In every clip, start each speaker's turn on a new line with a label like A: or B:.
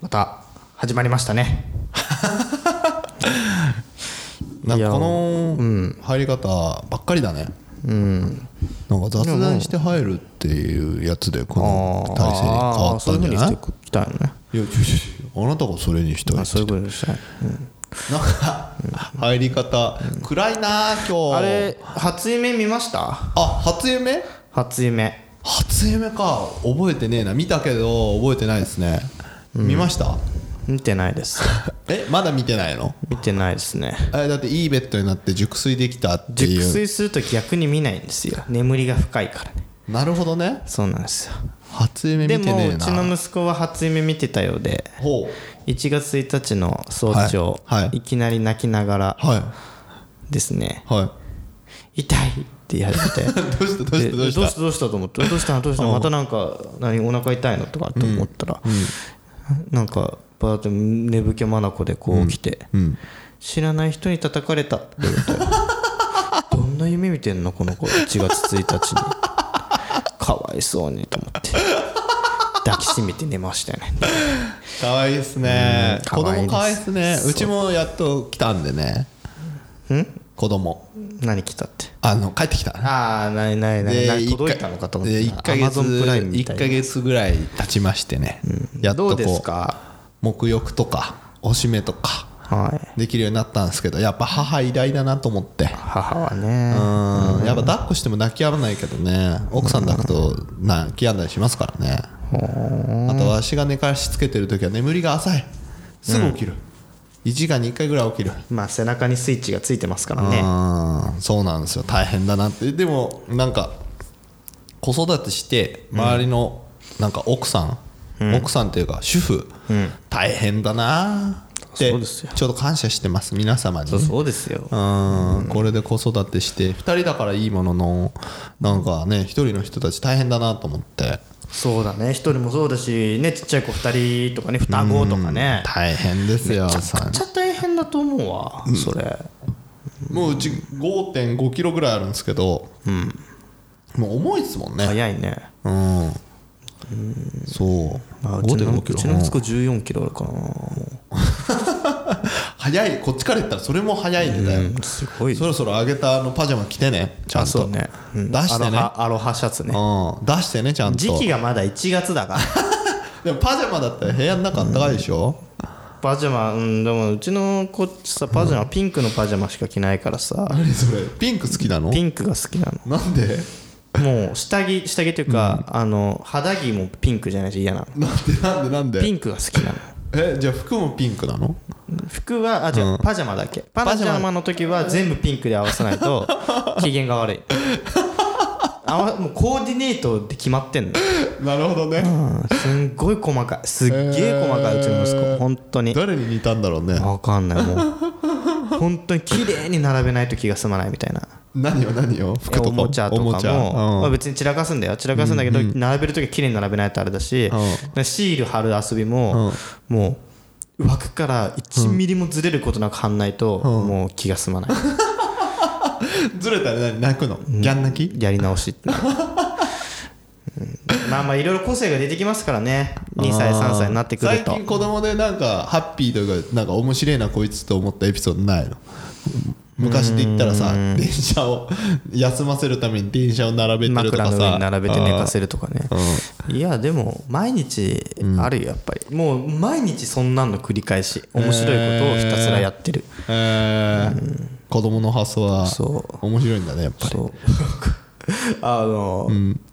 A: また始まりましたね
B: なん
A: いや
B: かこの入り方ばっかりだねなんか雑談して入るっていうやつでこの体制に変わったんじゃない
A: あーそういうふうにしていきたいよね
B: いやいやいやあなたがそれにしたい
A: あ
B: って
A: そういうことでしたい、うん
B: なんか入り方暗いなあ今日
A: あれ初夢見ました
B: あ初夢
A: 初夢
B: 初夢か覚えてねえな見たけど覚えてないですね見ました
A: 見てないです
B: えまだ見てないの
A: 見てないですね
B: あれだっていいベッドになって熟睡できたっていう
A: 熟睡すると逆に見ないんですよ眠りが深いからね
B: なるほどね
A: そうなんですよ
B: 初夢見
A: で
B: て
A: も
B: ねえ
A: うちの
B: な
A: 息子は初夢見てたようで
B: ほう
A: 1月1日の早朝、
B: はい
A: い
B: はい
A: きなり泣きながら
B: はい
A: ですね
B: はい
A: 痛いって言われて
B: どうしたどうしたどう
A: でど
B: し
A: うしたどうしたと思ってどうしたのどうしたのまたなんか何お腹痛いのとかと思ったら、なんかバーッと寝ぶけまなこでこう来て、
B: ん
A: 知らない人に叩かれたって言うと どんな夢見てんのこの子1月1日にかわいそうにと思って抱きしめて寝ましたよね
B: たかわいいっすね
A: うん
B: 子供か
A: 可
B: わい
A: 愛
B: い
A: い
B: っ
A: です
B: すねうちもやっと来たんでね子供
A: 何来たって
B: あの帰ってきた
A: ああないないないない届いたのかと思って
B: で1ヶ月
A: Amazon プライムみた
B: 1
A: い
B: ヶ
A: な
B: 月ぐらい経ちましてねやっと
A: ど
B: こ
A: うですか
B: 沐浴とかおしめとか
A: はい
B: できるようになったんですけどやっぱ母偉大だなと思って
A: 母はね
B: うんやっぱ抱っこしても泣き止まないけどね奥さん抱くと泣き止んだりしますからねあとわしが寝かしつけてる時は眠りが浅いすぐ起きる1時間に1回ぐらい起きる
A: まあ背中にスイッチがついてますから
B: う
A: ね
B: んそうなんですよ大変だなってでもなんか子育てして周りのなんか奥さん、奥さんというか主婦、大変だなって
A: そうですよ
B: ちょっと感謝してます皆様に
A: そうそうですよ
B: うんこれで子育てして2人だからいいもののなんかね1人の人たち大変だなと思って
A: そうだね一人もそうだしねちっちゃい子二人とかね双子とかね
B: 大変ですよさ
A: めっちゃ大変だと思うわそれ
B: もううち5 5キロぐらいあるんですけど、もう重いですもんね
A: 早いね
B: うんそう
A: まあうちの
B: 5.5
A: う
B: キ
A: ち
B: ロ
A: の
B: うん
A: 息子1 4キロあるからなも
B: 早いこっちから言ったらそれも早いんだよ、
A: うすごい
B: そろそろ上げたあのパジャマ着てねちゃん
A: あ
B: と
A: そうねうん
B: 出して
A: アロ
B: ね
A: ハアロハシャツね
B: うん、出してねちゃんと
A: 時期がまだ1月だ から
B: でもパジャマだったら部屋の中あったかいでしょ、
A: パジャマうんでもうちの子さパジャマ、ピンクのパジャマしか着ないからさ
B: 何それピンク好きなの
A: ピンクが好きなの
B: なんで
A: もう下着下着というか、あの肌着もピンクじゃないし嫌なの
B: なんでなんでなん
A: ピ
B: で
A: ンクが好きなの
B: えじゃあ服もピンクなの
A: 服はあ違う、パジャマだけパジャマの時は全部ピンクで合わさない と機嫌が悪い合わもうコーディネートで決まってんの、
B: なるほどね
A: うん、すんごい細かいすっげえ細かいうちの息
B: えー
A: 子本当に
B: 誰に似たんだろうね
A: わかんないもう本当に綺麗に並べないと気が済まないみたいな
B: 何よ何よ服とか
A: おもちゃとかも
B: おもちゃ
A: まあ
B: うん
A: 別に散らかすんだよ散らかすんだけど、並べる時は綺麗に並べないとあれだし、シール貼る遊びも、もう枠から1ミリもずれることなく貼んないと、もう気が済まない、
B: ずれたら何泣くのギャン泣き
A: やり直しって、うんまあまあいろいろ個性が出てきますからね2歳3歳になってくる
B: 最
A: と
B: 近子供でなんかハッピーというかなんか面白いなこいつと思ったエピソードないの昔で言ったらさ電車を休ませるために電車を並べてると
A: 枕
B: か
A: の上
B: さ
A: に並べて寝かせるとかねいやでも毎日あるよやっぱり、もう毎日そんなんの繰り返し面白いことをひたすらやってる、
B: うんえー子供の発想は
A: そう
B: 面白いんだねやっぱり
A: そう あの、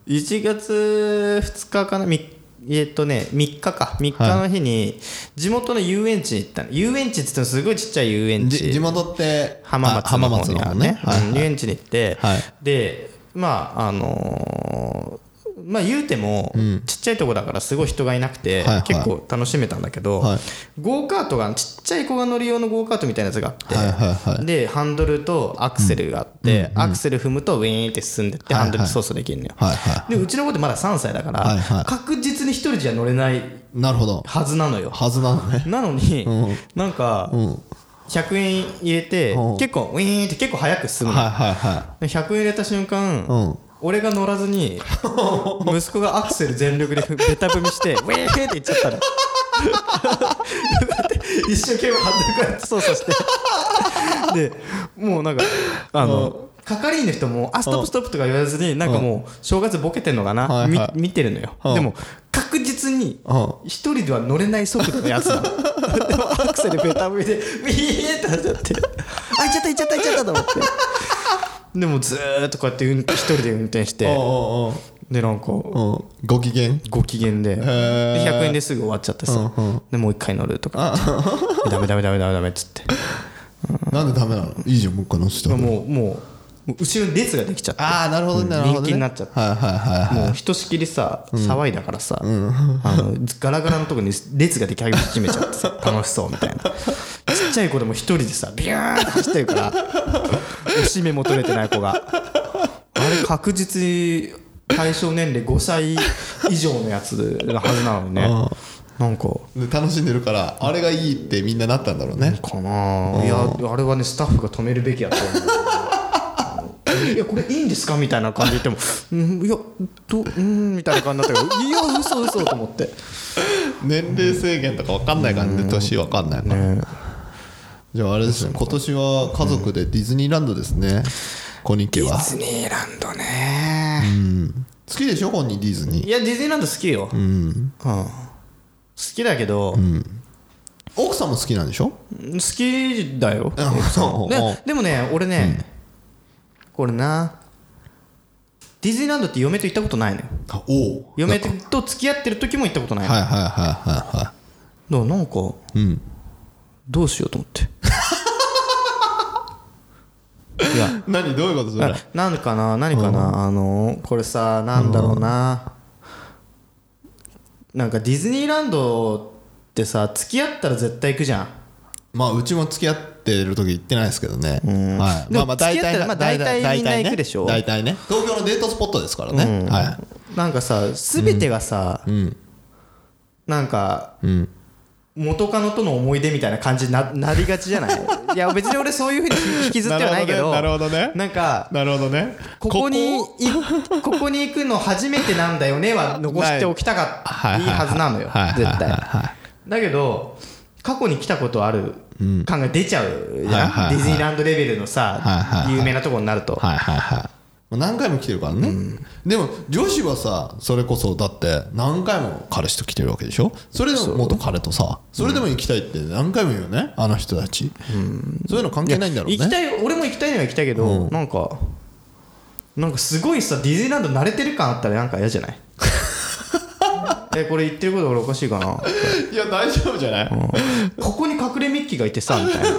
A: 1月2日かなみえっとね3日か3日の日に地元の遊園地に行ったの遊園地って言ってもすごいちっちゃい遊園
B: じ
A: 地
B: 地元って
A: 浜
B: あ
A: 松
B: 浜
A: の方
B: 松
A: に
B: の
A: あ
B: 方
A: る
B: ね
A: ね
B: はい
A: うん遊園地に行って、
B: はい
A: でまああのーまあ言うてもちっちゃいとこだからすごい人がいなくて
B: はいはい
A: 結構楽しめたんだけど
B: はい
A: ゴーカートがちっちゃい子が乗る用のゴーカートみたいなやつがあって
B: はいはいは
A: でハンドルとアクセルがあってアクセル踏むとウィーンって進んでって
B: はいは
A: ハ
B: い
A: ンドル操作できるのよ
B: はいは
A: でうちの子ってまだ3歳だか
B: はいは
A: ら
B: い
A: 確実に一人じゃ乗れない
B: いなるほど
A: はずなのよ
B: はずなのね
A: なのになんか
B: うん
A: 100円入れて
B: うん
A: 結構ウィーンって結構早く進むの
B: はいはいは
A: で100円入れた瞬間、
B: うん
A: 俺が乗らずに息子がアクセル全力でベタ踏みしてウィーンって行っちゃったの一生懸命ハンドル操作してでもうなんかあの係員の人も「あストップストップ」とか言わずになんかもう正月ボケてんのかな、
B: はいはい
A: み見てるのよ、
B: うん
A: でも確実に
B: うん
A: 一人では乗れない速度のやつなのでもアクセルベタ踏みでビーってなっちゃって「あいっちゃったいっちゃったいっちゃった」と思ってでもずーっとこうやって運一人で運転して
B: おうおう
A: でなんか
B: おううんご機嫌
A: ご機嫌でで
B: ー
A: 100円ですぐ終わっちゃってさ
B: うんうん
A: でもう一回乗るとかダメダメダメダメダメっ つって
B: なんでダメなのいいじゃんもう一回乗せて
A: もうもうもう後ろに列ができちゃって
B: ああなるほどねなるほどね
A: 人気になっちゃった
B: はいはいはいはい
A: もうひとしきりさ騒いだからさ、あのガラガラのとこに列ができ始めちゃって さ楽しそうみたいなちっちゃい子でも一人でさビューンって走ってるからおしめも取れてない子があれ確実に対象年齢5歳以上のやつのはずなのにねなんか
B: で楽しんでるからあれがいいってみんななったんだろうね
A: かなあいやあれはねスタッフが止めるべきやと思ういやこれいいんですかみたいな感じで言っても「うんいやどうん」みたいな感じになったけど「いや嘘嘘と思って
B: 年齢制限とか分かんないからね年分かんないから
A: ね
B: じゃああれですね今年は家族でディズニーランドですね小ニ家は
A: ディズニーランドね
B: 好きでしょ本人ディズニー
A: いやディズニーランド好きよ、
B: うん
A: うん好きだけど、
B: 奥さんも好きなんでしょ
A: 好きだよ
B: そう
A: ででもね俺ね、これなディズニーランドって嫁と行ったことないのよ
B: あおう
A: 嫁と付き合ってる時も行ったことないの
B: はいはいはいはいは
A: だからなんか
B: いうん
A: どうしようと思っていや
B: 何どういうことそれ
A: ななんかな何かな、あのこれさなんだろうな、なんかディズニーランドってさ付き合ったら絶対行くじゃん
B: まあうちも付き合ってる時行ってないですけどね、はい、
A: で
B: まあ
A: も
B: まあ大
A: 付き合
B: 体
A: ったらまあ大体みんな行くでしょ
B: 大体ね大体ね東京のデートスポットですからね、は
A: なんかさ全てがさ、
B: いうん
A: なんか
B: うん
A: 元カノとの思い出みたいな感じにななりがちじゃないいや別に俺そういうふうに引きずってはないけど
B: なるほどね
A: なんか
B: なるほどね
A: ここにいここに行くの初めてなんだよねは残しておきたかったいいはずなのよ
B: はいはい
A: 絶
B: はい
A: 対
B: は
A: だけど過去に来たことある感が出ちゃうじ
B: はい
A: ゃ
B: は
A: ん
B: い
A: ディズニーランドレベル
B: は
A: の
B: いはい
A: さ
B: はい
A: 有名なとこになると
B: いはいはいはい何回も来てるからね、でも女子はさそれこそだって何回も彼氏と来てるわけでしょそれでも元彼とさそれでも行きたいって何回も言うよねあの人たち、そういうの関係ないんだろうね
A: 行きたい俺も行きたいのは行きたいけどなんかなんかすごいさディズニーランド慣れてる感あったらなんか嫌じゃない えこれ言ってること俺おかしいかない
B: や大丈夫じゃない、
A: ここに隠れミッキーがいてさみたい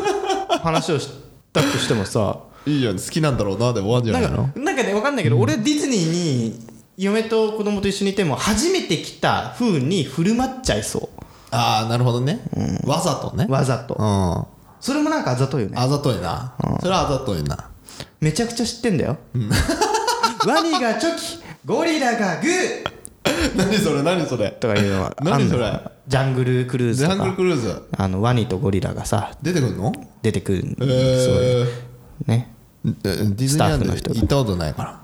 A: な話をしたとしてもさ
B: いいよ好きなんだろうなで終わんじゃないの
A: なんかなんかね分かんないけど、俺ディズニーに嫁と子供と一緒にいても初めて来た風に振る舞っちゃいそ
B: ああなるほどね、わざとね
A: うわざ
B: う
A: と
B: んあ
A: それもなんかあざといよね
B: ざといな、それはあざといな
A: めちゃくちゃ知ってんだよ、 ワニがチョキゴリラがグー
B: 何それ何それ
A: とかいうのは あんの
B: 何それ
A: ジャングルクルー
B: ジ
A: ズ
B: ャ
A: と
B: ングル
A: か
B: クルーズ
A: あのワニとゴリラがさ
B: 出てくるの
A: 出てくるん
B: え
A: すごい
B: ー
A: ね
B: ディズニーランド行ったことないから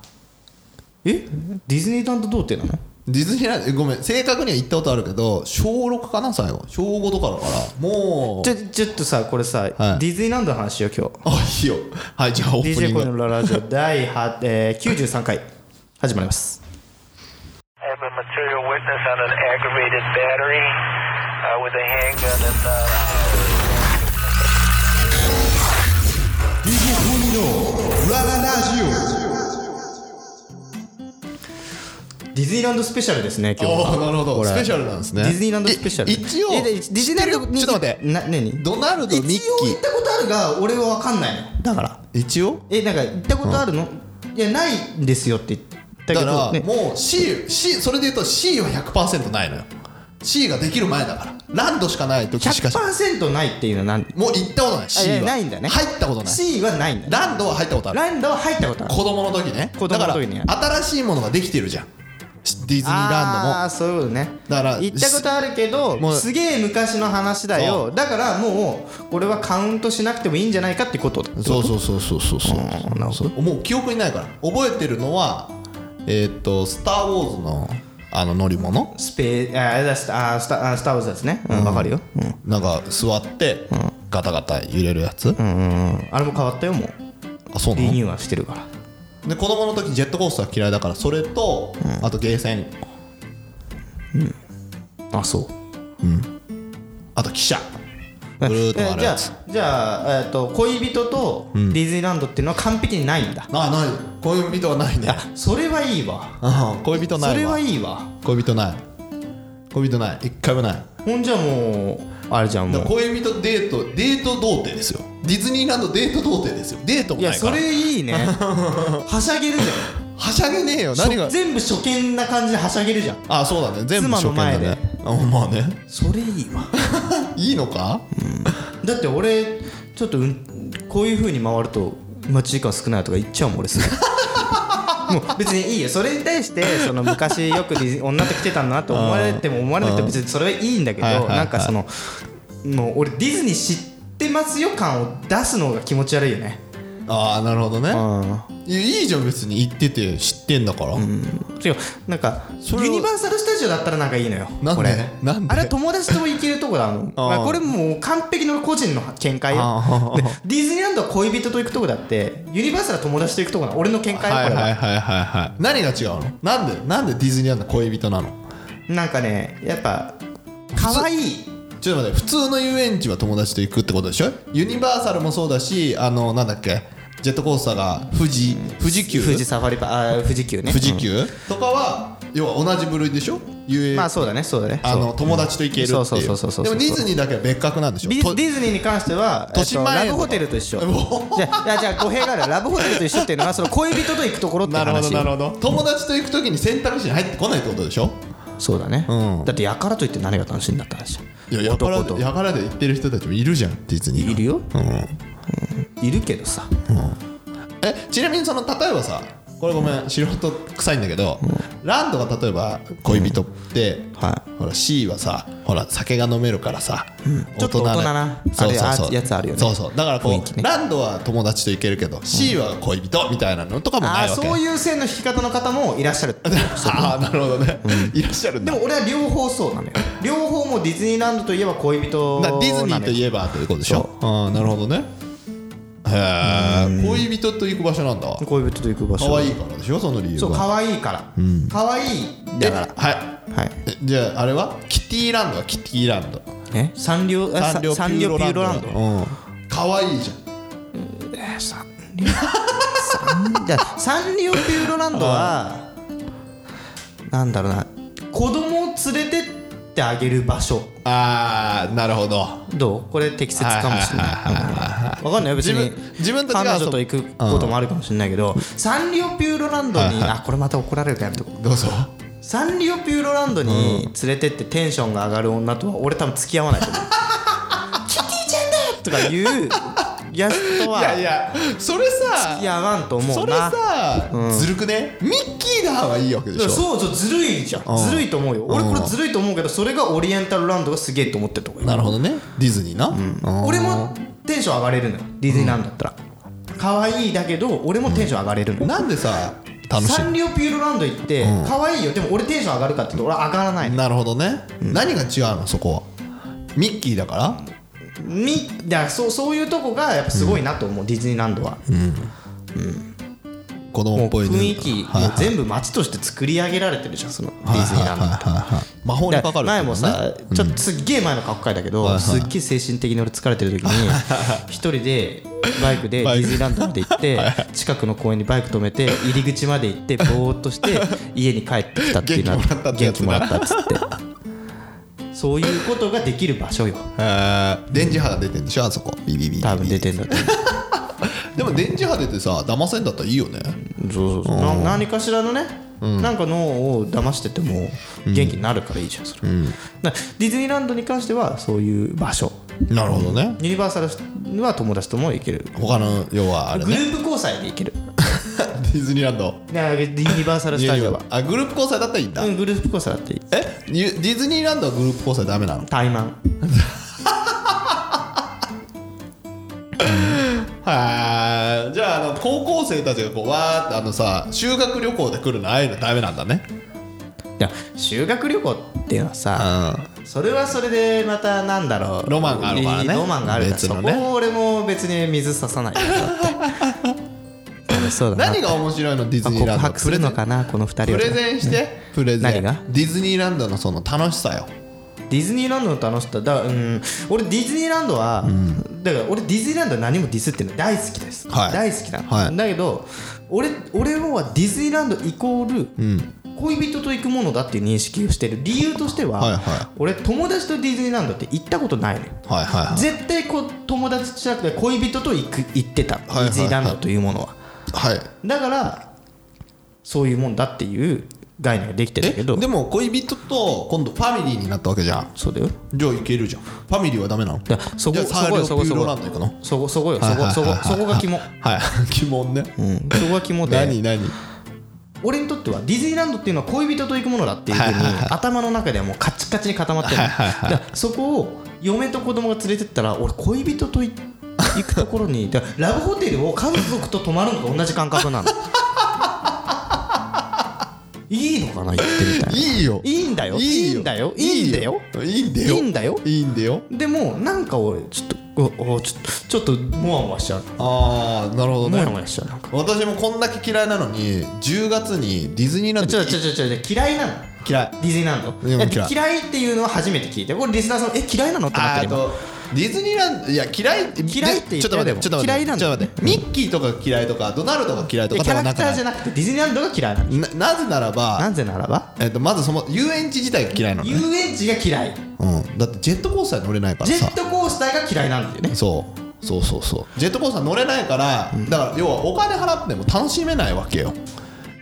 A: えディズニーランド童貞なの
B: ディズニーランドごめん正確には行ったことあるけど小6かな最後小5とかだからもう
A: ちょちょっとさこれさ、
B: はい
A: ディズニーランドの話しよう今日
B: あいいよはいじゃあオープニ
A: DJ
B: ン
A: コ
B: グ
A: ネのララジオ第、はえー、93回始まります。
C: I have a material witness on an aggravated battery uh, with a handgun and. Uh
B: DJ コニーのラララジ
A: ディズニーランドスペシャルですね、今日
B: あ
A: は。
B: ーなるほど
A: これ
B: スペシャルなんですね
A: ディズニーランドスペシャル。
B: い一応
A: えでディズニーランドに
B: 知ってるちょっと待って
A: な、なに
B: ドナルドミッキー
A: 一応行ったことあるが、俺は分かんないの。だから。
B: オ一応
A: え、なんか行ったことあるのいや、ないんですよって言った
B: だ
A: け
B: か
A: ど、
B: ら
A: ね
B: もう C, C それで言うと C は100%ないのよ C ができる前だからランドしかない時しか
A: 100%ないっていうのは何
B: もう行ったことない C は
A: あいやないんだね。
B: 入ったことない
A: C はないんだね。
B: ランドは入ったことある
A: ランドは入ったことある。
B: 子供の時ね
A: 子供の時にやる
B: だから新しいものができてるじゃんしディズニー
A: あ
B: ラ
A: あーそういうことね
B: だから
A: 行ったことあるけど
B: もう
A: すげえ昔の話だよだからもうこれはカウントしなくてもいいんじゃないかってこと
B: ンドもそうそうそうそうそうそう
A: ーなるほど
B: そうもう記憶にないから覚えてるのはえーっと「スター・ウォーズ」のあの乗り物
A: スペーああれだスタあスタあスター・ウォーズですねうんわ、かるよ、うん
B: なんか座ってガタガタ揺れるやつ、
A: うん、あれも変わったよもう
B: あそうな
A: リ
B: の
A: ニューアルしてるから
B: で子供の時ジェットコースター嫌いだからそれと、あとゲーセン
A: あそう
B: あと汽車ぐるーっと
A: え
B: 回る
A: じゃ
B: や
A: あ
B: つ
A: じゃあ、えっと恋人とディズニーランドっていうのは完璧にないんだ、
B: あない恋人はないね
A: それはいいわ
B: うん恋人ないわ
A: それはいいわ
B: 恋人ない恋人ない一回もない
A: ほんじゃもうあれじゃん
B: だ
A: もう
B: から恋人デートデート童貞ですよディズニーランドデート童貞ですよデートも
A: いや
B: ないか
A: そ
B: ら
A: れい いねはしゃげるじ
B: はしゃげねえよ
A: ゃん
B: 何が
A: 全部初見な感じではしゃげるじゃん
B: あそうだね全部
A: 妻
B: 初
A: の
B: 見だ
A: 前
B: ね
A: で
B: あまあね
A: それいいわ
B: いいのか
A: だって俺ちょっとうんこういうふうに回ると待ち時間少ないとか言っちゃうもん俺す ぐもう別にいいよそれに対してその昔よくディズ女と来てたんだなと思われても思われなくても別にそれはいいんだけど
B: はいはいはい
A: なんかそのもう俺ディズニー知ってますよ感を出すのが気持ち悪いよね
B: ああなるほどね
A: うん
B: いやいいじゃん別に行ってて知ってんだから、
A: 違うなんか
B: それは
A: ユニバーサル・スタジオだったらなんかいいのよ
B: なんで
A: これ
B: なんで
A: あれは友達とも行けるとこだの
B: あー
A: まあこれもう完璧の個人の見解よ
B: あ
A: で
B: ー
A: ディズニーランドは恋人と行くとこだってユニバーサルは友達と行くとこだ俺の見解
B: は
A: よこ
B: い
A: れは、
B: はいはいはいはい何が違うのなんでなんでディズニーランド恋人なの
A: なんかねやっぱ可愛い
B: ちょっと待って普通の遊園地は友達と行くってことでしょユニバーサルもそうだしあのなんだっけジェットコースターが富士富士急
A: 富士サファリパあー富士急ね
B: 富士急、とかは要は同じ部類でしょ遊
A: うん
B: 園
A: まあそうだねそうだね
B: あの友達と行けるってい
A: そうそうそうそう
B: でもディズニーだけは別格なんでしょ
A: ビデ
B: と
A: ィディズニーに関しては、え
B: と
A: っと、
B: 豊島園
A: ラ
B: とか
A: ブホテルと一緒
B: お
A: じゃあいやじゃあ語弊があるラブホテルと一緒っていうのはその恋人と行くところっていう
B: な
A: 話
B: るほどなるほど友達と行く時に選択肢に入ってこないってことでしょ
A: そうだね、
B: うん
A: だってやからといって何が楽しいんだって話じゃん
B: いややから
A: 男と
B: でやからで行ってる人たちもいるじゃんディズニー
A: いるよ、
B: うん
A: いるけどさ
B: えちなみにその例えばさこれごめん素人臭いんだけど、ランドが例えば恋人って、
A: は
B: ほら C はさほら酒が飲めるからさ、
A: ちょっと大人な
B: そうそうそ
A: あ
B: う
A: れやつあるよね
B: そうそうだからこ
A: 雰囲気
B: う、
A: ね
B: ランドは友達と行けるけど C は恋人みたいなのとかも
A: あ
B: な
A: あ
B: いわけ
A: そういう線の引き方の方もいらっしゃる
B: ああなるほどね、いらっしゃるん
A: で
B: だ
A: も俺は両方そうな のよ両方もうディズニーランドといえば恋人な
B: な
A: のよ
B: ディズニーといえばということでしょああなるほどねへえ恋人と行く場所なんだ
A: 恋人と行く場所
B: 可愛いからでしょその理由
A: そう
B: が
A: 可愛いから、可愛いだから
B: えはい
A: はい
B: えじゃああれはキティランドはキティランド
A: えサンリオあ
B: サ
A: サ
B: ンリオ
A: サンリオピ
B: ピュ
A: ュー
B: ーロ
A: ロラ
B: ラ
A: ン
B: ン
A: ド
B: ドうん可愛いじゃん
A: えサンリオサンだサンリオピューロランドはなんだろうな子供を連れてってあげる場所
B: あーなるほど
A: どうこれ適切かもしれない。わかんないよ別に
B: 自分自分たち
A: 彼
B: が
A: 女と行くこともあるかもしれないけど、サンリオピューロランドに、あこれまた怒られるからやめとこう
B: どうぞ
A: サンリオピューロランドに連れてってテンションが上がる女とは俺多分付き合わないと思う。 キティちゃんだとかいうやつと
B: いやい
A: は
B: やそれさ
A: 付き合わんと思うな。
B: それさずるくねミッキーだはいいわけでしょ
A: そうそうずるいじゃん、
B: ん
A: ずるいと思うよ俺これずるいと思うけどそれがオリエンタルランドがすげえと思ってるとこよ
B: なるほどねディズニーなうん
A: 俺もテンション上がれるのよディズニーランドだったら、可愛いだけど俺もテンション上がれるのよ、
B: なんでさ楽し
A: サンリオピューロランド行って、可愛いよでも俺テンション上がるかって言うと俺上がらない
B: い
A: の
B: なるほどね何が違うのそこはミッキーだから
A: みだからそうそういうとこがやっぱすごいなと思う、ディズニーランドは、
B: 子
A: も
B: 供
A: う
B: っぽいね
A: 雰囲気、
B: はい
A: もう全部街として作り上げられてるじゃんそのデ
B: はい
A: ィズニーランドって、
B: はいはいはいはい魔法に
A: だ
B: かかるって
A: 前
B: こ
A: も
B: とね
A: さ、ちょっとすっげえ前の格好だけど、
B: はいはい
A: すっげえ精神的に俺疲れてる時 に一人でバイクでデ
B: バイク
A: ィズニーランドまで行って近くの公園にバイク止めて入り口まで行ってぼーっ として家に帰ってきたっていうのは
B: 元気もらったってやつ
A: 元気もらったっつってそういうことができる場所よ
B: へー電磁波が出てんでしょあそこビビビビビ
A: 多分出てんだと思
B: でも電磁波出てさ騙せんだったらいいよね
A: うそうそうそうな何かしらのね、なんか脳を騙してても元気になるからいいじゃんそれ、だからディズニーランドに関してはそういう場所
B: なるほどね
A: ユニバーサルは友達とも行ける
B: 他の要はあれ
A: グル
B: ね
A: ープ交際で行ける
B: ディズニーランド
A: だからユニバーサルスタジオは
B: あグループ交際だったらいいんだ、
A: うんグループ交際だっていい
B: えゆディズニーランドはグループ交際ダメなの
A: 怠慢
B: はーじゃああの高校生たちがこうわーってあのさ修学旅行で来るのああいうのダメなんだね
A: でも修学旅行っていうのはさ、それはそれでまたなんだろう
B: ロマンがあるからね
A: ロマンがあるから
B: 別
A: そ
B: のね
A: こを俺も別に水ささないよ だってそうだな
B: 何が面白いのディズニー
A: 告
B: ランド
A: 白するのかなこの二
B: プ
A: 人は
B: レゼンしてプレゼン
A: 何が
B: ディズニーランドのその楽しさよ
A: ディズニーランドの楽しさだうん俺ディズニーランドは、だから俺ディズニーランドは何もディスってない大好きです、
B: はい
A: 大好きなの、
B: はい
A: だけど俺俺はディズニーランドイコール、恋人と行くものだっていう認識をしてる理由としては、
B: はいはい
A: 俺友達とディズニーランドって行ったことないの、よ
B: はいはいはい
A: 絶対こう友達じゃなくて恋人と行く行ってた、
B: いはいはい
A: ディズニーランドというものは
B: はい
A: だからそういうもんだっていう概念ができて
B: え
A: るけど
B: でも恋人と今度ファミリーになったわけじゃん
A: そうだよ
B: じゃあいけるじゃんファミリーはダメなの
A: だからそこ
B: じゃあサーリオ
A: そこ
B: ピュ
A: そ
B: ーロ
A: こ
B: ランド行くの
A: そこそこよそこ
B: はいはい
A: そ
B: はい
A: こ
B: はい
A: そこが肝
B: はい 疑問ね
A: うんそこが肝で
B: 何何
A: 俺にとってはディズニーランドっていうのは恋人と行くものだっていうふうに
B: はいはいはい
A: 頭の中ではもうカチカチに固まってるの
B: は
A: だ
B: いはいは
A: か
B: い
A: らそこを嫁と子供が連れてったら俺恋人とい行くところにだからラブホテルを家族と泊まるのと同じ感 覚なのいいのかな言ってみたいない
B: いよ
A: いいんだよいいんだよいいんだよ
B: いいんだよ
A: いいんだよ
B: いいんだよ
A: でもなんか俺ちょっとおおちょっとちょっとモワモワしちゃう
B: ああなるほど
A: モヤ
B: ね
A: モヤしちゃうなんか
B: 私もこんだけ嫌いなのに10月にディズニーラン
A: ち
B: ド
A: ょちょちょちょ嫌いなの
B: 嫌い
A: ディズニーランド
B: いや
A: い
B: も
A: や
B: う嫌
A: 嫌
B: い
A: いっていうのは初めて聞いてこれリスナーさんえ嫌いなのってなっ
B: あ
A: て
B: ーあ
A: る今
B: とディズニーランドいや嫌い
A: 嫌いって言って
B: ちょっと待ってちょっと待って
A: 嫌いなんだ
B: ちょっと待ってミッキーとか嫌いとかドナルドが嫌いと
A: いや
B: か
A: キャラクターじゃ
B: ゃ
A: なくてディズニーランドが嫌いなの
B: ななぜならば
A: なぜならば
B: えっとまずその遊園地自体が嫌いなの
A: 遊
B: ね
A: 園地が嫌い
B: うんだってジェットコースターに乗れないから
A: ジェ
B: さ
A: ットコースターが嫌いなんだよね
B: そうそうそうそうジェットコースター乗れないからだから要はお金払っても楽しめないわけよ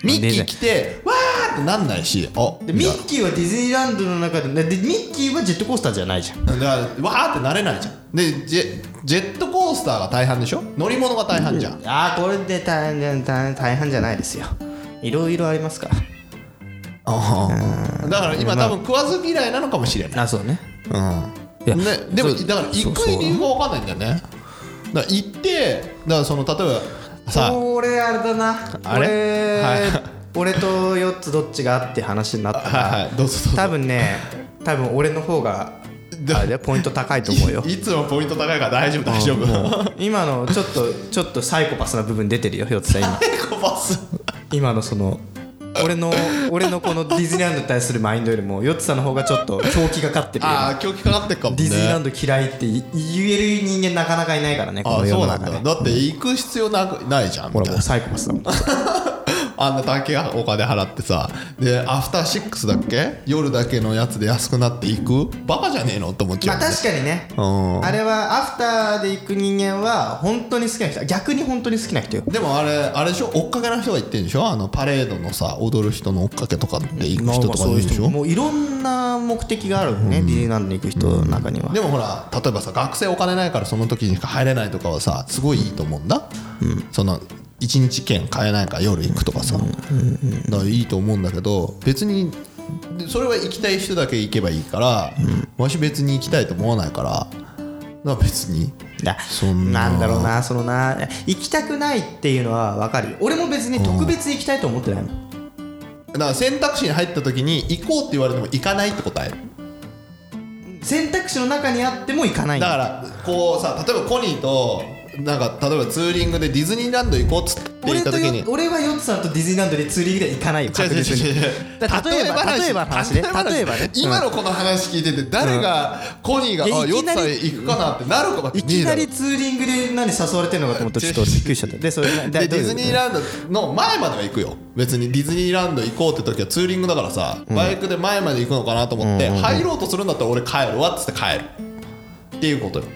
B: ミッキー来てわーってなんないしあ
A: でミッキーはディズニーランドの中でねでミッキーはジェットコースターじゃないじゃん
B: だからわーってなれないじゃんでジェジェットコースターが大半でしょ乗り物が大半じゃん
A: ああこれで大変大変大変じゃないですよいろいろありますから
B: だから今多分食わず嫌いなのかもしれない、
A: あそうねいや
B: うんね、でも
A: そう
B: だから行く
A: そうそう
B: 理由が分かんないんだよねだから行ってだからその例えばさ
A: これあれだな
B: あれ
A: 俺,、
B: はい
A: 俺と4つどっちがって話にな ったら、
B: はいはいどうぞどうぞ
A: 多分ね多分俺の方があれだよポイント高いと思うよ
B: いいつもポイント高いから大丈夫大丈夫
A: 今のちょっとちょっとサイコパスな部分出てるよひょっとさん 今
B: コパス
A: 今のその俺の俺のこのディズニーランドに対するマインドよりもよっつさんの方がちょっと狂気がかってるよ
B: ああ狂気かかってっかもね
A: ディズニーランド嫌いって言える人間なかなかいないからねこ
B: あ
A: の
B: あ
A: 世
B: そう
A: の
B: なん
A: 中で
B: だだって行く必要なくないじゃん
A: ほ
B: みたい
A: らも
B: な
A: うサイコパス だもん
B: あんなだけお金払ってさでアフターシックスだっけ夜だけのやつで安くなっていくバカじゃねえのって思っちゃ
A: ま
B: う
A: あ
B: よね
A: 確かにね
B: うん
A: あれはアフターで行く人間は本当に好きな人逆に本当に好きな人よ
B: でもあれあれでしょ追っかけの人が言ってんでしょあのパレードのさ踊る人の追っかけとかって行く人とかいるでし
A: も
B: ょ
A: もういろんな目的があるもんね、ディズニーランドに行く人の中には、
B: でもほら例えばさ学生お金ないからその時にしか入れないとかはさすごいいいと思うんだ、その1日券買えないから夜行くとかさ、だからいいと思うんだけど別にでそれは行きたい人だけ行けばいいから、わし別に行きたいと思わないからだから別に
A: だ
B: そんな
A: なんだろうなそのな行きたくないっていうのは分かるよ俺も別に特別行きたいと思ってないもん
B: だから選択肢に入った時に行こうって言われても行かないって答える
A: 選択肢の中にあっても行かないん
B: だ
A: だ
B: からこうさ例えばコニーとなんか例えばツーリングでディズニーランド行こうっつって言
A: 俺
B: った
A: と
B: 時
A: よ
B: に
A: 俺はヨッツさんとディズニーランドにツーリングで行かないよ
B: 違う
A: 確
B: 違う
A: 実
B: 違う
A: に
B: 違う
A: だから例えば例えばの話ね例えばね
B: 今のこの話聞いてて誰がコニーが、
A: いや
B: あ
A: い
B: ヨ
A: き
B: ッ
A: な
B: ツ
A: り
B: さん行くかなってなるかも
A: いきなりツーリングで何誘われてるのかと思ってちょっと俺びっくりしちゃったでそれな
B: でデ
A: どうい
B: ィ
A: う
B: ズニーランドの前までは行くよ別にディズニーランド行こうって時はツーリングだからさ、バイクで前まで行くのかなと思って、入ろうとするんだったら俺帰るわっつって帰るっていうことよ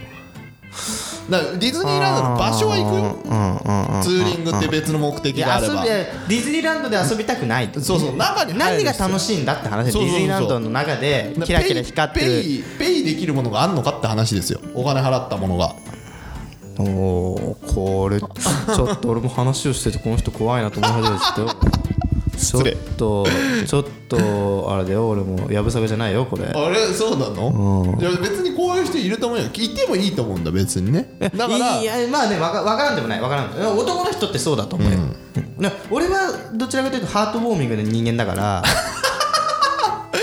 B: だからディズニーランドの場所は行くよツーリングって別の目的
A: い
B: があ
A: や
B: れ
A: 遊び
B: ば
A: ディズニーランドで遊びたくないと
B: そうそう中に入る
A: 何が
B: し
A: 楽しいんだって話
B: そうそうそう
A: ディズニーランドの中でキラキラ光って
B: ペ
A: る
B: イペイペイできるものがあんのかって話ですよお金払ったものが
A: おおこれちょっと俺も話をしててこの人怖いなと思い始めて ちょっ
B: 礼
A: とちょっとちょっとあれだよ俺もやぶさかじゃないよこれ
B: あれそうなのいや別にこういう人いると思うよいてもいいと思うんだ別にねだから
A: いいやまあねわかわからんでもないわからんでもない男の人ってそう だと思うよ、な俺はどちらかというとハートウォーミングな人間だから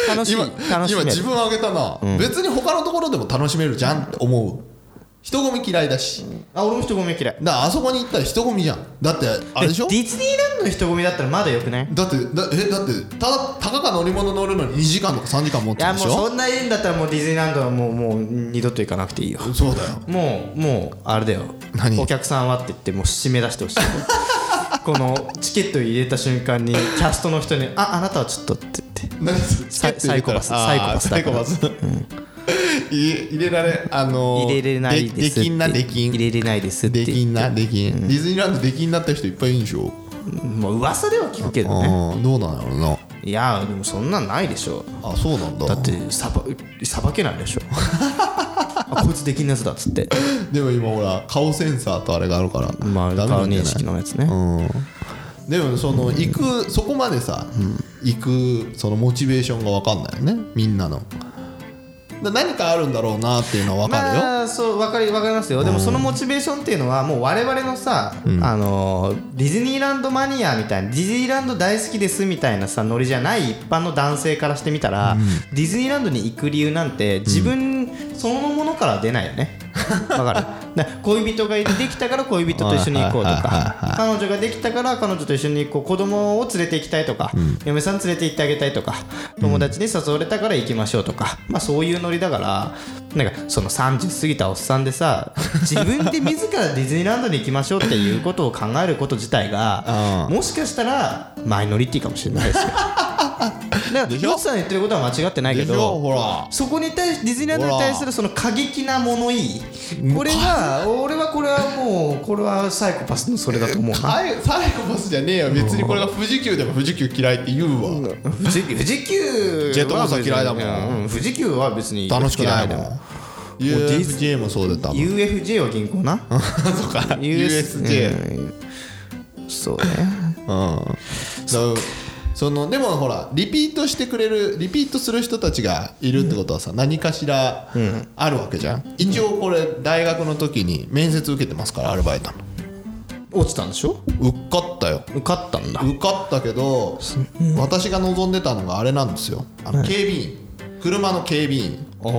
A: 楽しい
B: 今
A: 楽し
B: 今
A: める
B: 自分あげたな、別に他のところでも楽しめるじゃんって思う人混み嫌いだし
A: あ俺も人混み嫌い
B: だからあそこに行ったら人混みじゃんだってあれでしょ
A: ディズニーランドの人混みだったらまだよくない
B: だってだえだってたたかが乗り物乗るのに2時間とか3時間持っ
A: い
B: て
A: や
B: るで
A: も
B: し
A: う
B: ょ
A: そんな言うんだったらもうディズニーランドはもうもう二度と行かなくていいよ
B: そうだよ
A: もうもうあれだよ
B: 何
A: お客さんはって言ってもう締め出してほしい このチケット入れた瞬間にキャストの人に「ああなたはちょっと」って言って
B: 何
A: サイサイコパスサイコパス
B: サ
A: だ
B: イ
A: か
B: コパ
A: ら
B: ス入れ入れられあのー
A: 入れれないです
B: で
A: って
B: きんなできん
A: 入れれないですって
B: できんなできん、ディズニーランドできんなって人いっぱいいるんでしょ、
A: もう噂では聞くけどね
B: うんどうなんやろうない
A: やでもそんなんないでしょ
B: あそうなんだ
A: だってさばさばけないでしょ あこいつできんやつだっつって
B: でも今ほら顔センサーとあれがあるから
A: まあ
B: ダメな
A: 顔
B: んじゃ
A: 認
B: ない
A: 識のやつね、
B: うんでもその行くそこまでさ行くそのモチベーションが分かんないよねみんなのだ何かあるんだろうなっていうのは分かるよ、
A: まあそう分かりわかりますよでもそのモチベーションっていうのはもう我々のさ、あのディズニーランドマニアみたいなディズニーランド大好きですみたいなさノリじゃない一般の男性からしてみたら、ディズニーランドに行く理由なんて自分そのものから出ないよね。わかる な恋人ができたから恋人と一緒に行こうと
B: はいはいはい
A: か
B: はい
A: 彼女ができたから彼女と一緒に行こう子供を連れて行きたいとか、嫁さん連れて行ってあげたいとか友達に誘われたから行きましょうとか、まあ、そういうノリだからなんかその30過ぎたおっさんでさ自分で自らディズニーランドに行きましょうっていうことを考えること自体が
B: うん
A: もしかしたらマイノリティかもしれない ですよ。だから
B: でしょ
A: ヨッツさんの言ってることは間違ってないけ
B: でしょ
A: ど
B: ほら
A: そこに対しディズニーランドに対するその過激な物言いこれは俺はこれはもうこれはサイコパスのそれだと思うな
B: サイサイコパスじゃねえよ別にこれが富士急でも富士急嫌いって言うわ、
A: 富士富士急
B: ジェットコースター嫌いだもん
A: ん、う富士急は別に
B: 楽しくない
A: 嫌
B: も
A: だ
B: ん
A: うディズ
B: UFJ もそうだった もん
A: UFJ は銀行 な
B: そう か USJ
A: うんそうね
B: うんだそのでもほらリピートしてくれるリピートする人たちがいるってことはさ、何かしらあるわけじゃん一応これ大学の時に面接受けてますからアルバイト
A: 落ちたんでしょ
B: の受かったよ
A: 受かったんだ
B: 受かったけど、私が望んでたのがあれなんですよあの警備員、車の警備員
A: あ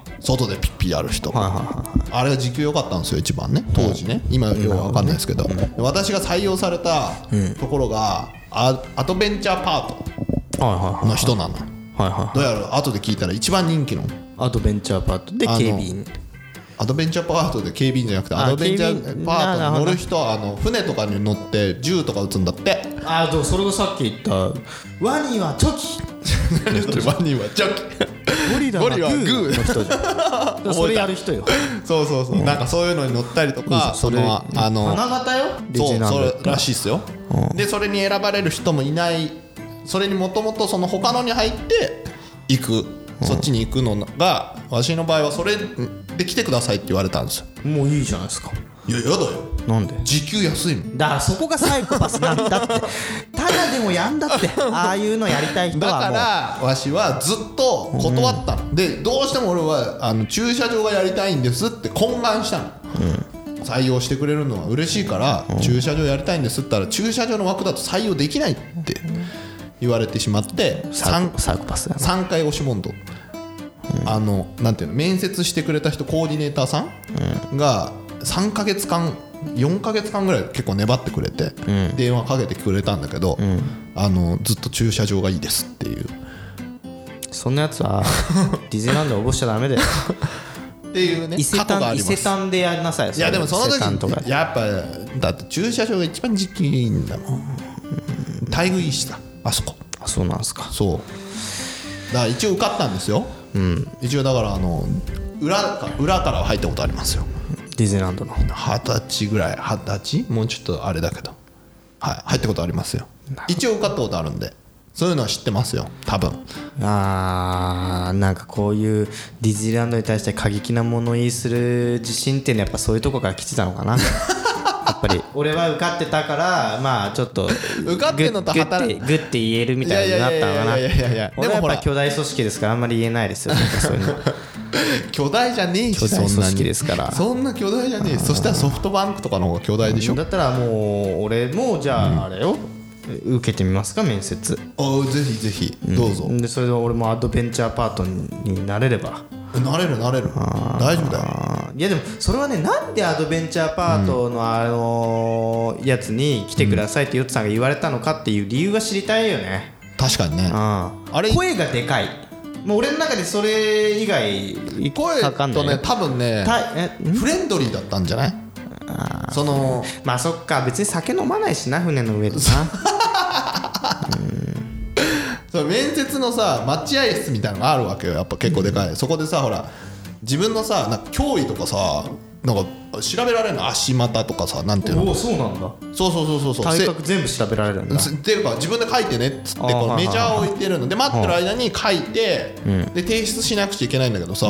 A: あ
B: 外でピッピやる人、
A: はいはいは
B: あれが時給良かったんですよ一番ね当時ね、今よくわかんないですけど、私が採用されたところが、あアドベンチャーパー
A: いはいはい
B: トの人なの、
A: はいはい
B: どうやら後で聞いたら一番人気の
A: アドベンチャーパートで
B: あの
A: 警備員
B: アドベンチャーパートで警備員じゃなくて
A: あ
B: アドベンチャ
A: 警備
B: ー
A: 員
B: パート
A: なるほ
B: に
A: ど
B: 乗る人はあの船とかに乗って銃とか撃つんだって
A: ああでもそれがさっき言ったワニはチョキ
B: 何それワニはジャッキ
A: ゴリラは
B: ゴリラはグー
A: グーの人じゃんだから それやる人よ
B: そうそうそう、なんかそういうのに乗ったりとか、そのあの
A: 花形よレ
B: そ
A: ジ
B: う
A: ナン
B: そ
A: ド
B: れらしいですよ、でそれに選ばれる人もいないそれにもともとその他のに入って行く、そっちに行くのがわしの場合はそれで来てくださいって言われたんですよ
A: もういいじゃないですか
B: いややだよ
A: なんで
B: 時給安いもん
A: だからそこがサイコパスなんだってただでもやんだ ってああいうのやりたい人
B: だ
A: はもう
B: からわしはずっと断ったの、でどうしても俺はあの駐車場がやりたいんですって懇願したの、採用してくれるのは嬉しいから、駐車場やりたいんですって言ったら駐車場の枠だと採用できないって言われてしまって
A: サイ
B: 参
A: コサイコパスだよ
B: 3回押し問答、あのなんていうの面接してくれた人コーディネーターさんが3ヶ月間4ヶ月間ぐらい結構粘ってくれて、電話かけてくれたんだけど、あのずっと駐車場がいいですっていう
A: そんなやつはディズニーランド応募しちゃダ メだよ
B: っていうね
A: 伊勢
B: 過去があ
A: 丹伊
B: りま
A: 勢
B: す
A: 丹でやりなさいよ
B: いやでもその
A: 伊勢丹と
B: 時
A: か
B: やっぱだって駐車場が一番時期いいんだもん待遇いいしさあそこ
A: あそうなんすか
B: そうだから一応受かったんですよ、一応だからあの裏か裏からは入ったことありますよ
A: ディズニーランドの
B: 二十歳ぐらい二十歳もうちょっとあれだけどはい入ったことありますよ一応受かったことあるんでそういうのは知ってますよ多分
A: あーなんかこういうディズニーランドに対して過激な物言いする自信っていうのはやっぱそういうとこから来てたのか なやっぱり俺は受かってたからまあちょっと
B: 受かってんのと
A: グッグッ
B: 働
A: て
B: い
A: グッて言えるみたいになったのかない
B: やいやいやいやいやいや
A: 俺はやっ
B: でもほ
A: ぱ
B: ら
A: 巨大組織ですからあんまり言えないですよねそういうの
B: 巨大じゃねえし
A: 巨大
B: そん
A: 組
B: な
A: 織
B: に
A: ですから
B: そんな巨大じゃねえそしたらソフトバンクとかの方が巨大でしょ
A: だったらもう俺もじゃああれよ、受けてみますか面接
B: あぜひぜひどうぞ、
A: でそれで俺もアドベンチャーパートになれれば
B: なれるなれる大丈夫だよ
A: あーいやでもそれはねなんでアドベンチャーパートのあのやつに来てくださいってヨッツさんが言われたのかっていう理由が知りたいよね
B: 確かにね
A: あ
B: あれ
A: 声がでかいもう俺の中でそれ以外
B: 声
A: かかんな
B: と
A: い
B: ね多分ね
A: たえん
B: フレンドリーだったんじゃないその
A: まあそっか別に酒飲まないしな船の上でな
B: その面接のさ待合室みたいなのがあるわけよやっぱ結構でかいそこでさほら自分のさなんか脅威とかさなんか調べられるの足股とかさなんていうの
A: おそうなんだ
B: そうそうそうそうそう
A: 体
B: せ
A: 格全部調べられるんだ
B: つっていうか自分で書いてねっつって
A: あー
B: こう
A: はいはいはい
B: メジャーを置いてるので待ってる間に書いてで提出しなくちゃいけないんだけどさ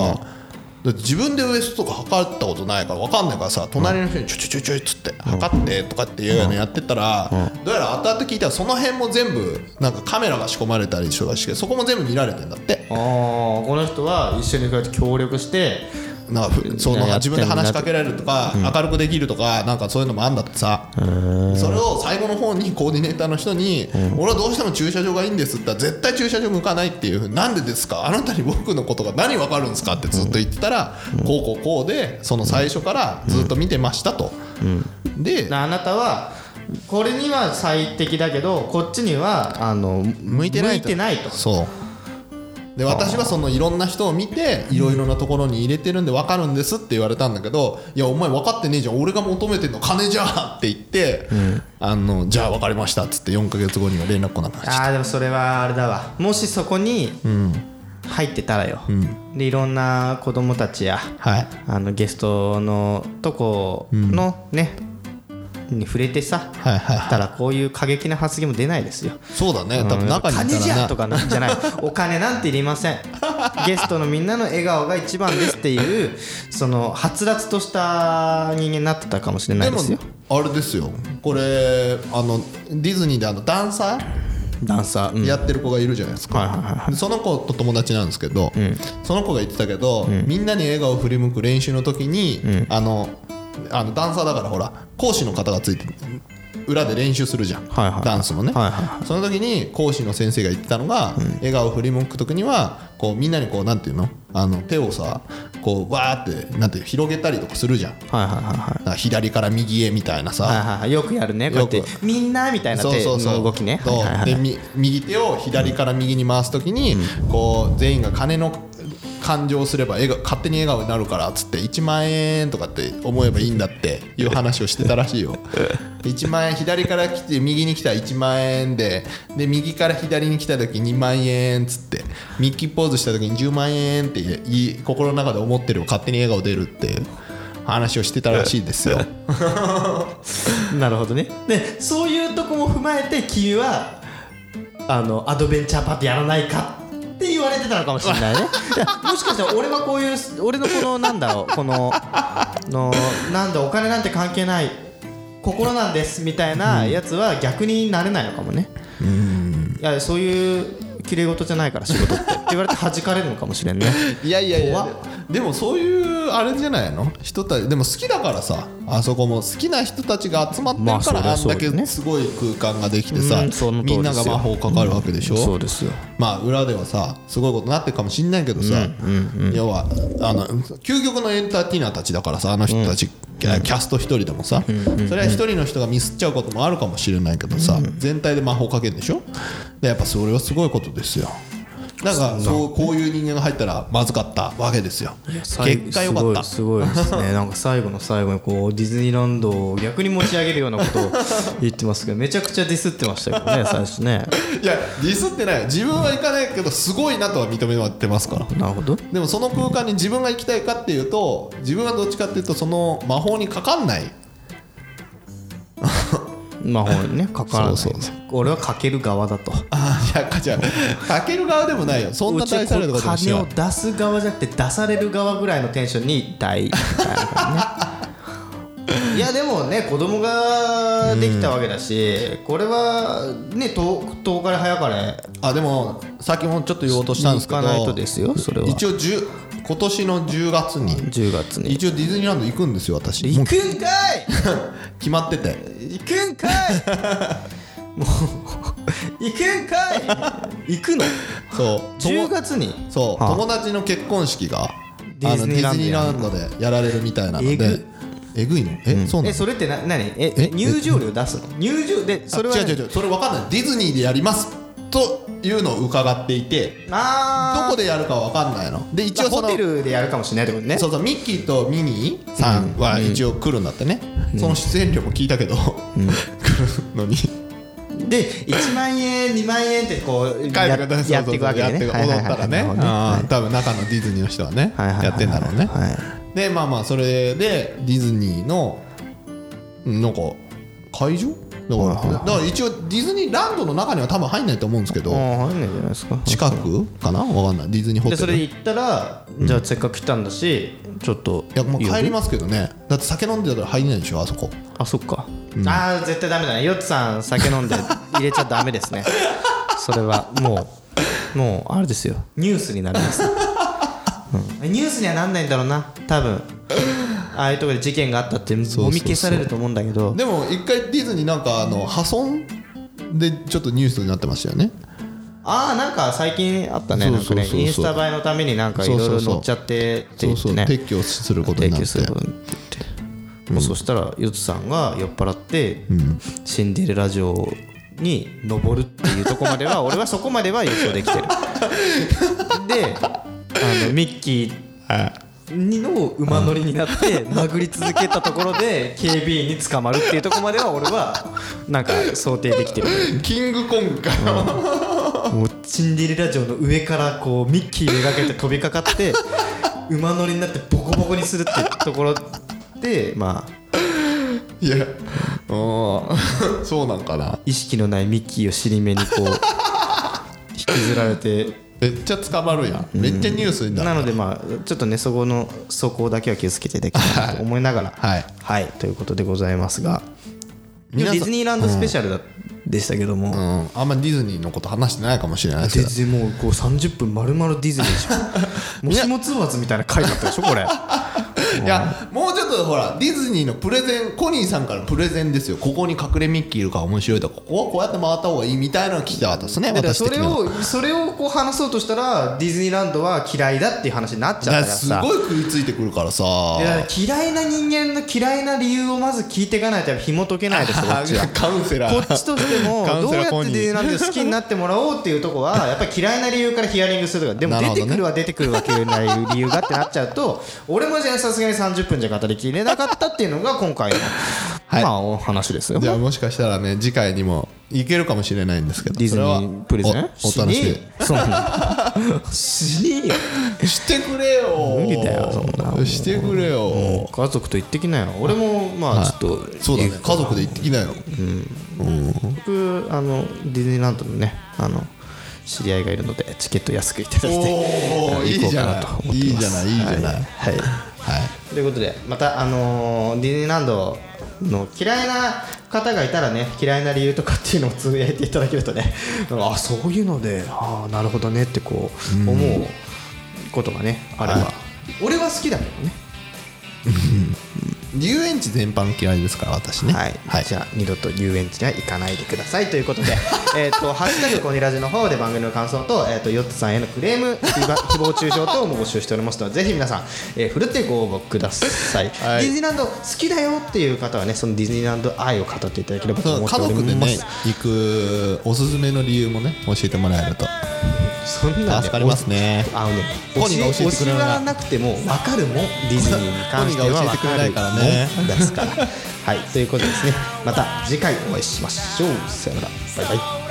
B: だって自分でウエストとか測ったことないから分かんないからさ隣の人に「ちょちょちょちょ」っつって「測って」とかっていうのやってったらどうやら後々聞いたらその辺も全部なんかカメラが仕込まれたりとかしてそこも全部見られてんだって
A: あーこの人は一緒にこうやって協力して
B: なんかふその
A: やって
B: 自
A: んだ
B: 分で話しかけられるとか明るくできるとかなんかそういうのもあんだってさそれを最後の方にコーディネーターの人に俺はどうしても駐車場がいいんですって言ったら絶対駐車場向かないっていうふうになんでですかあなたに僕のことが何分かるんですかってずっと言ってたらこうこうこうでその最初からずっと見てましたとで
A: あなたはこれには最適だけどこっちにはあの向
B: 向いてない
A: 向いてないと
B: そうで私はそのいろんな人を見ていろいろなところに入れてるんで分かるんですって言われたんだけど「いやお前分かってねえじゃん俺が求めてんの金じゃん!」って言って、あの「じゃあ分かりました」っつって4ヶ月後には連絡来なくなっちゃっ
A: あーでもそれはあれだわもしそこに入ってたらよ、でいろんな子供たちや
B: たはい
A: あのゲストのとこのね、に触れてさ、
B: はいはい
A: たらこういう過激な発言も出ないですよ。
B: そうだね多分中にいたら
A: 金じゃんと
B: か
A: かなんじ ゃないお金なんていりませんゲストのみんなの笑顔が一番ですっていうそのはつらつとした人間になってたかもしれな
B: で
A: いで
B: も
A: すよ
B: あれですよこれあのディズニーであのダンサー
A: ダンサー、うん
B: やってる子がいるじゃないですか、
A: はいはいはい
B: でその子と友達なんですけど、その子が言ってたけど、みんなに笑顔を振り向く練習の時に、あのあのダンサーだからほら講師の方がついて裏で練習するじゃん、
A: はいはい
B: ダンスもね、
A: はいはい
B: その時に講師の先生が言ってたのが、笑顔を振り向く時にはこうみんなにこうなんていうのあの手をさこうわーってなんていう広げたりとかするじゃんだ
A: はいはいはいはい
B: から左から右へみたいなさ、
A: はいはいはいよくやるねこうやって
B: よく
A: みんなみたいな
B: そう
A: 手
B: そうそ
A: の
B: う
A: 動きね
B: そう
A: はいはいはい
B: でみ右手を左から右に回すときに、こう全員が金の感情をすれば笑顔勝手に笑顔になるからっつって1万円とかって思えばいいんだっていう話をしてたらしい よ1万円左から来て右に来たら1万円でで右から左に来た時2万円っつってミッキーポーズした時に10万円っていい心の中で思ってるよ勝手に笑顔出るっていう話をしてたらしいですよ
A: なるほどねでそういうとこも踏まえて君はあのアドベンチャーパーティーやらないかって言われてたのかもしれ ないねいやもしかしたら俺はこういう俺のこのなんだろうこののなんだお金なんて関係ない心なんですみたいなやつは逆になれないのかもねいやそういう綺麗事じゃないから仕事ってって言われて弾かれるのかもしれんね
B: いやいやい
A: 怖っ
B: やでもそういうあれじゃないの人たちでも好きだからさあそこも好きな人たちが集まってる
A: まあそ
B: か
A: り
B: ら
A: ゃ
B: あん
A: そう
B: だ
A: だよね
B: けすごい空間ができてさ、
A: うんその通
B: み
A: りです
B: んな
A: よ
B: が魔法かかるわけでしょ、
A: そうですよ
B: まあ裏ではさすごいことになってるかもしんないけどさ、要はあの究極のエンターテイナーたちだからさあの人たち、キャキャスト一人でもさ、それは一人の人がミスっちゃうこともあるかもしれないけどさ、全体で魔法かけるんでしょでやっぱそれはすごいことですよだからそうこういう人間が入ったらまずかったわけですよ結果良かった
A: すごいすごいです ねなんか最後の最後にこうディズニーランドを逆に持ち上げるようなこと を言ってますけどめちゃくちゃディスってましたけど ね最初ね
B: いやディスってないよ自分は行かないけどすごいなとは認めてますから
A: なるほど
B: でもその空間に自分が行きたいかっていうと自分はどっちかっていうとその魔法にかかんない
A: 魔法にね かからない
B: そうそうそ
A: 俺はかける側だと
B: あいやかじゃかける側でもないよそんな大されたことも
A: う
B: し
A: ち
B: な
A: こう
B: い
A: 金を出す側じゃなくて出される側ぐらいのテンションに大みたいな ねいやでもね子供ができたわけだしこれはね遠遠かれ早かれ
B: あでもさっきもちょっと言おうとしたんですけど
A: 行かないとですよそれは
B: 一応10今年の10月に
A: 10月に
B: 一応ディズニーランド行くんですよ私も
A: 行
B: う
A: くんかい
B: 決まってて
A: 行くんかいも行くんかい行くの
B: そう
A: 10月に
B: そう
A: はあ
B: 友達の結婚式が
A: ディズニーラ
B: あのディズ
A: ンドや
B: ニーランドでやられるみたいなので
A: えぐ
B: えぐいのえそうな
A: え
B: の
A: それってな何
B: え
A: え入場料出すの入場でそれは
B: あ違う違う
A: う
B: 違うそれ分かんないディズニーでやりますというのを伺っていてど
A: あー
B: こでやるか分かんないので一
A: まあ
B: 応そ
A: ホ
B: の
A: テルでやるかもしれないってことね
B: そうそうミッキーとミニーさんは一応来るんだってね、その出演料も聞いたけど、来るのに
A: で1万円2万円ってこう
B: 帰
A: や
B: る方
A: やっていくわけでね
B: 踊ったらね
A: はいはいはいな
B: あ
A: る
B: ー多分中のディズニーの人はね
A: はいはいはい
B: やってんだろうね
A: はい
B: でまあまあそれでディズニーのうんなんか会場だから,、
A: はいはいはい
B: だから一応ディズニーランドの中には多分入んないと思うんですけど、
A: ほどねあー入んないじゃないですか
B: 近くかなわかんないディズニーホテ
A: で
B: ル
A: それで行ったらじゃあせっかく来たんだしちょっと
B: いやもう
A: 呼ぶ
B: 帰りますけどねだって酒飲んでたら入れないでしょあそこ
A: あそっか、ああ絶対ダメだねヨッツさん酒飲んで入れちゃダメですね それはもうもうあれですよニュースになります、うんニュースにはなんないんだろうな多分ああいうところで事件があったって
B: うそうそう
A: もみ消されると思うんだけど
B: でも一回ディズニーなんかあの破損でちょっとニュースになってましたよね
A: ああなんか最近あったねなん
B: そ
A: かね
B: うそうそうそう
A: インスタ映えのためになんかいろい
B: そう
A: ろ
B: そうそう
A: 乗っちゃってって
B: そ
A: 言
B: う
A: っ
B: そ
A: て
B: う
A: ね
B: 撤去することになって
A: することになってもうそしたらヨッツさんが酔っ払って、シンデレラ城に登るっていうとこまでは俺はそこまでは予想 できてるであのミッキーにの馬乗りになって殴り続けたところで警備員に捕まるっていうとこまでは俺はなんか想定できてる
B: キングコングかよ、
A: もうシンデレラ城の上からこうミッキーめがけて飛びかかって 馬乗りになってボコボコにするっていうところでまあ
B: いやうん そうなんかな
A: 意識のないミッキーを尻目にこう引きずられ て
B: めっちゃ捕まるやん、めっちゃニュースになる
A: なのでまあちょっとねそこのそこだけは気をつけていただきたいなと思いながら
B: はい
A: はいということでございますがで
B: 皆さん
A: もディズニーランドスペシャルだでしたけども、
B: うん、あんまディズニーのこと話してないかもしれないですけ
A: 全
B: ど
A: 然もうこう30分まるまるディズニーじ ゃんもしもつばつみたいな回だったでしょこれ
B: いやもうちょっとほらディズニーのプレゼンコニーさんからのプレゼンですよここに隠れミッキーいるから面白いとかここはこうやって回った方がいいみたいなのが聞きたかったですね
A: だから
B: 私
A: そ
B: 的
A: れ
B: には
A: をそれをこう話そうとしたらディズニーランドは嫌いだっていう話になっちゃうから
B: だから
A: さ
B: すごい食いついてくるからさ
A: いや嫌いな人間の嫌いな理由をまず聞いていかないとやっぱ紐解けないですよこっちは
B: カウンセラ
A: こ
B: ー
A: っちとして も
B: カウン
A: どう
B: セ
A: や
B: ラー
A: って
B: コニー
A: ディズニーランドで好きになってもらおうっていうとこはやっぱり嫌いな理由からヒアリングするとかでも
B: なるほ
A: 出
B: ど
A: て
B: ね
A: くるは出てくるわけない理由がってなっちゃうと俺もじゃあさすがに30分じゃ語りきれなかったっていうのが今回の
B: はい
A: まあお話ですよ
B: じゃあもしかしたらね次回にもいけるかもしれないんですけど
A: ディズニープレゼン
B: おお楽しみ
A: みそんな しねえよ
B: してくれよ
A: 無理だよそんなの
B: してくれよ、
A: 家族と行ってきなよ俺もまあちょっと
B: そうだね家族で行ってきなよ
A: 僕あのディズニーランドのねあの知り合いがいるのでチケット安くいただいて
B: おおいいじゃ
A: 行こうかなと
B: な
A: 思ってま
B: い
A: す
B: いいじゃないいいじゃないはい、
A: はいということでまたあのーディズニーランドの嫌いな方がいたらね嫌いな理由とかっていうのをつぶやいていただけるとね あそういうのでああなるほどねってこう思うことがねあれば、
B: はい
A: 俺は好きだけどね
B: 遊園地全般嫌いですから私ね
A: はい、
B: はい
A: じゃあ二度と遊園地には行かないでくださいということ で「えっとハッシュタグコニラジ」の方で番組の感想と,、えー、とヨッツさんへのクレー ム誹謗誹謗中傷等も募集しておりますのでぜひ皆さん、えー、ふるってご応募ください、
B: はい
A: ディズニーランド好きだよっていう方はねそのディズニーランド愛を語っていただければと
B: そう
A: 思って
B: 家
A: おり
B: 族で
A: ま
B: ね
A: す
B: 行くおすすめの理由もね教えてもらえると
A: そんなね
B: 助かりますね
A: あのね
B: コニーが教えてくれな
A: 教
B: い
A: わらなくても分かるもんディズニーに関しては
B: コニーが教え
A: 分
B: てく
A: か
B: れない
A: る
B: からね
A: もんですからはいということでですねまた次回お会いしましょうさよならバイバイ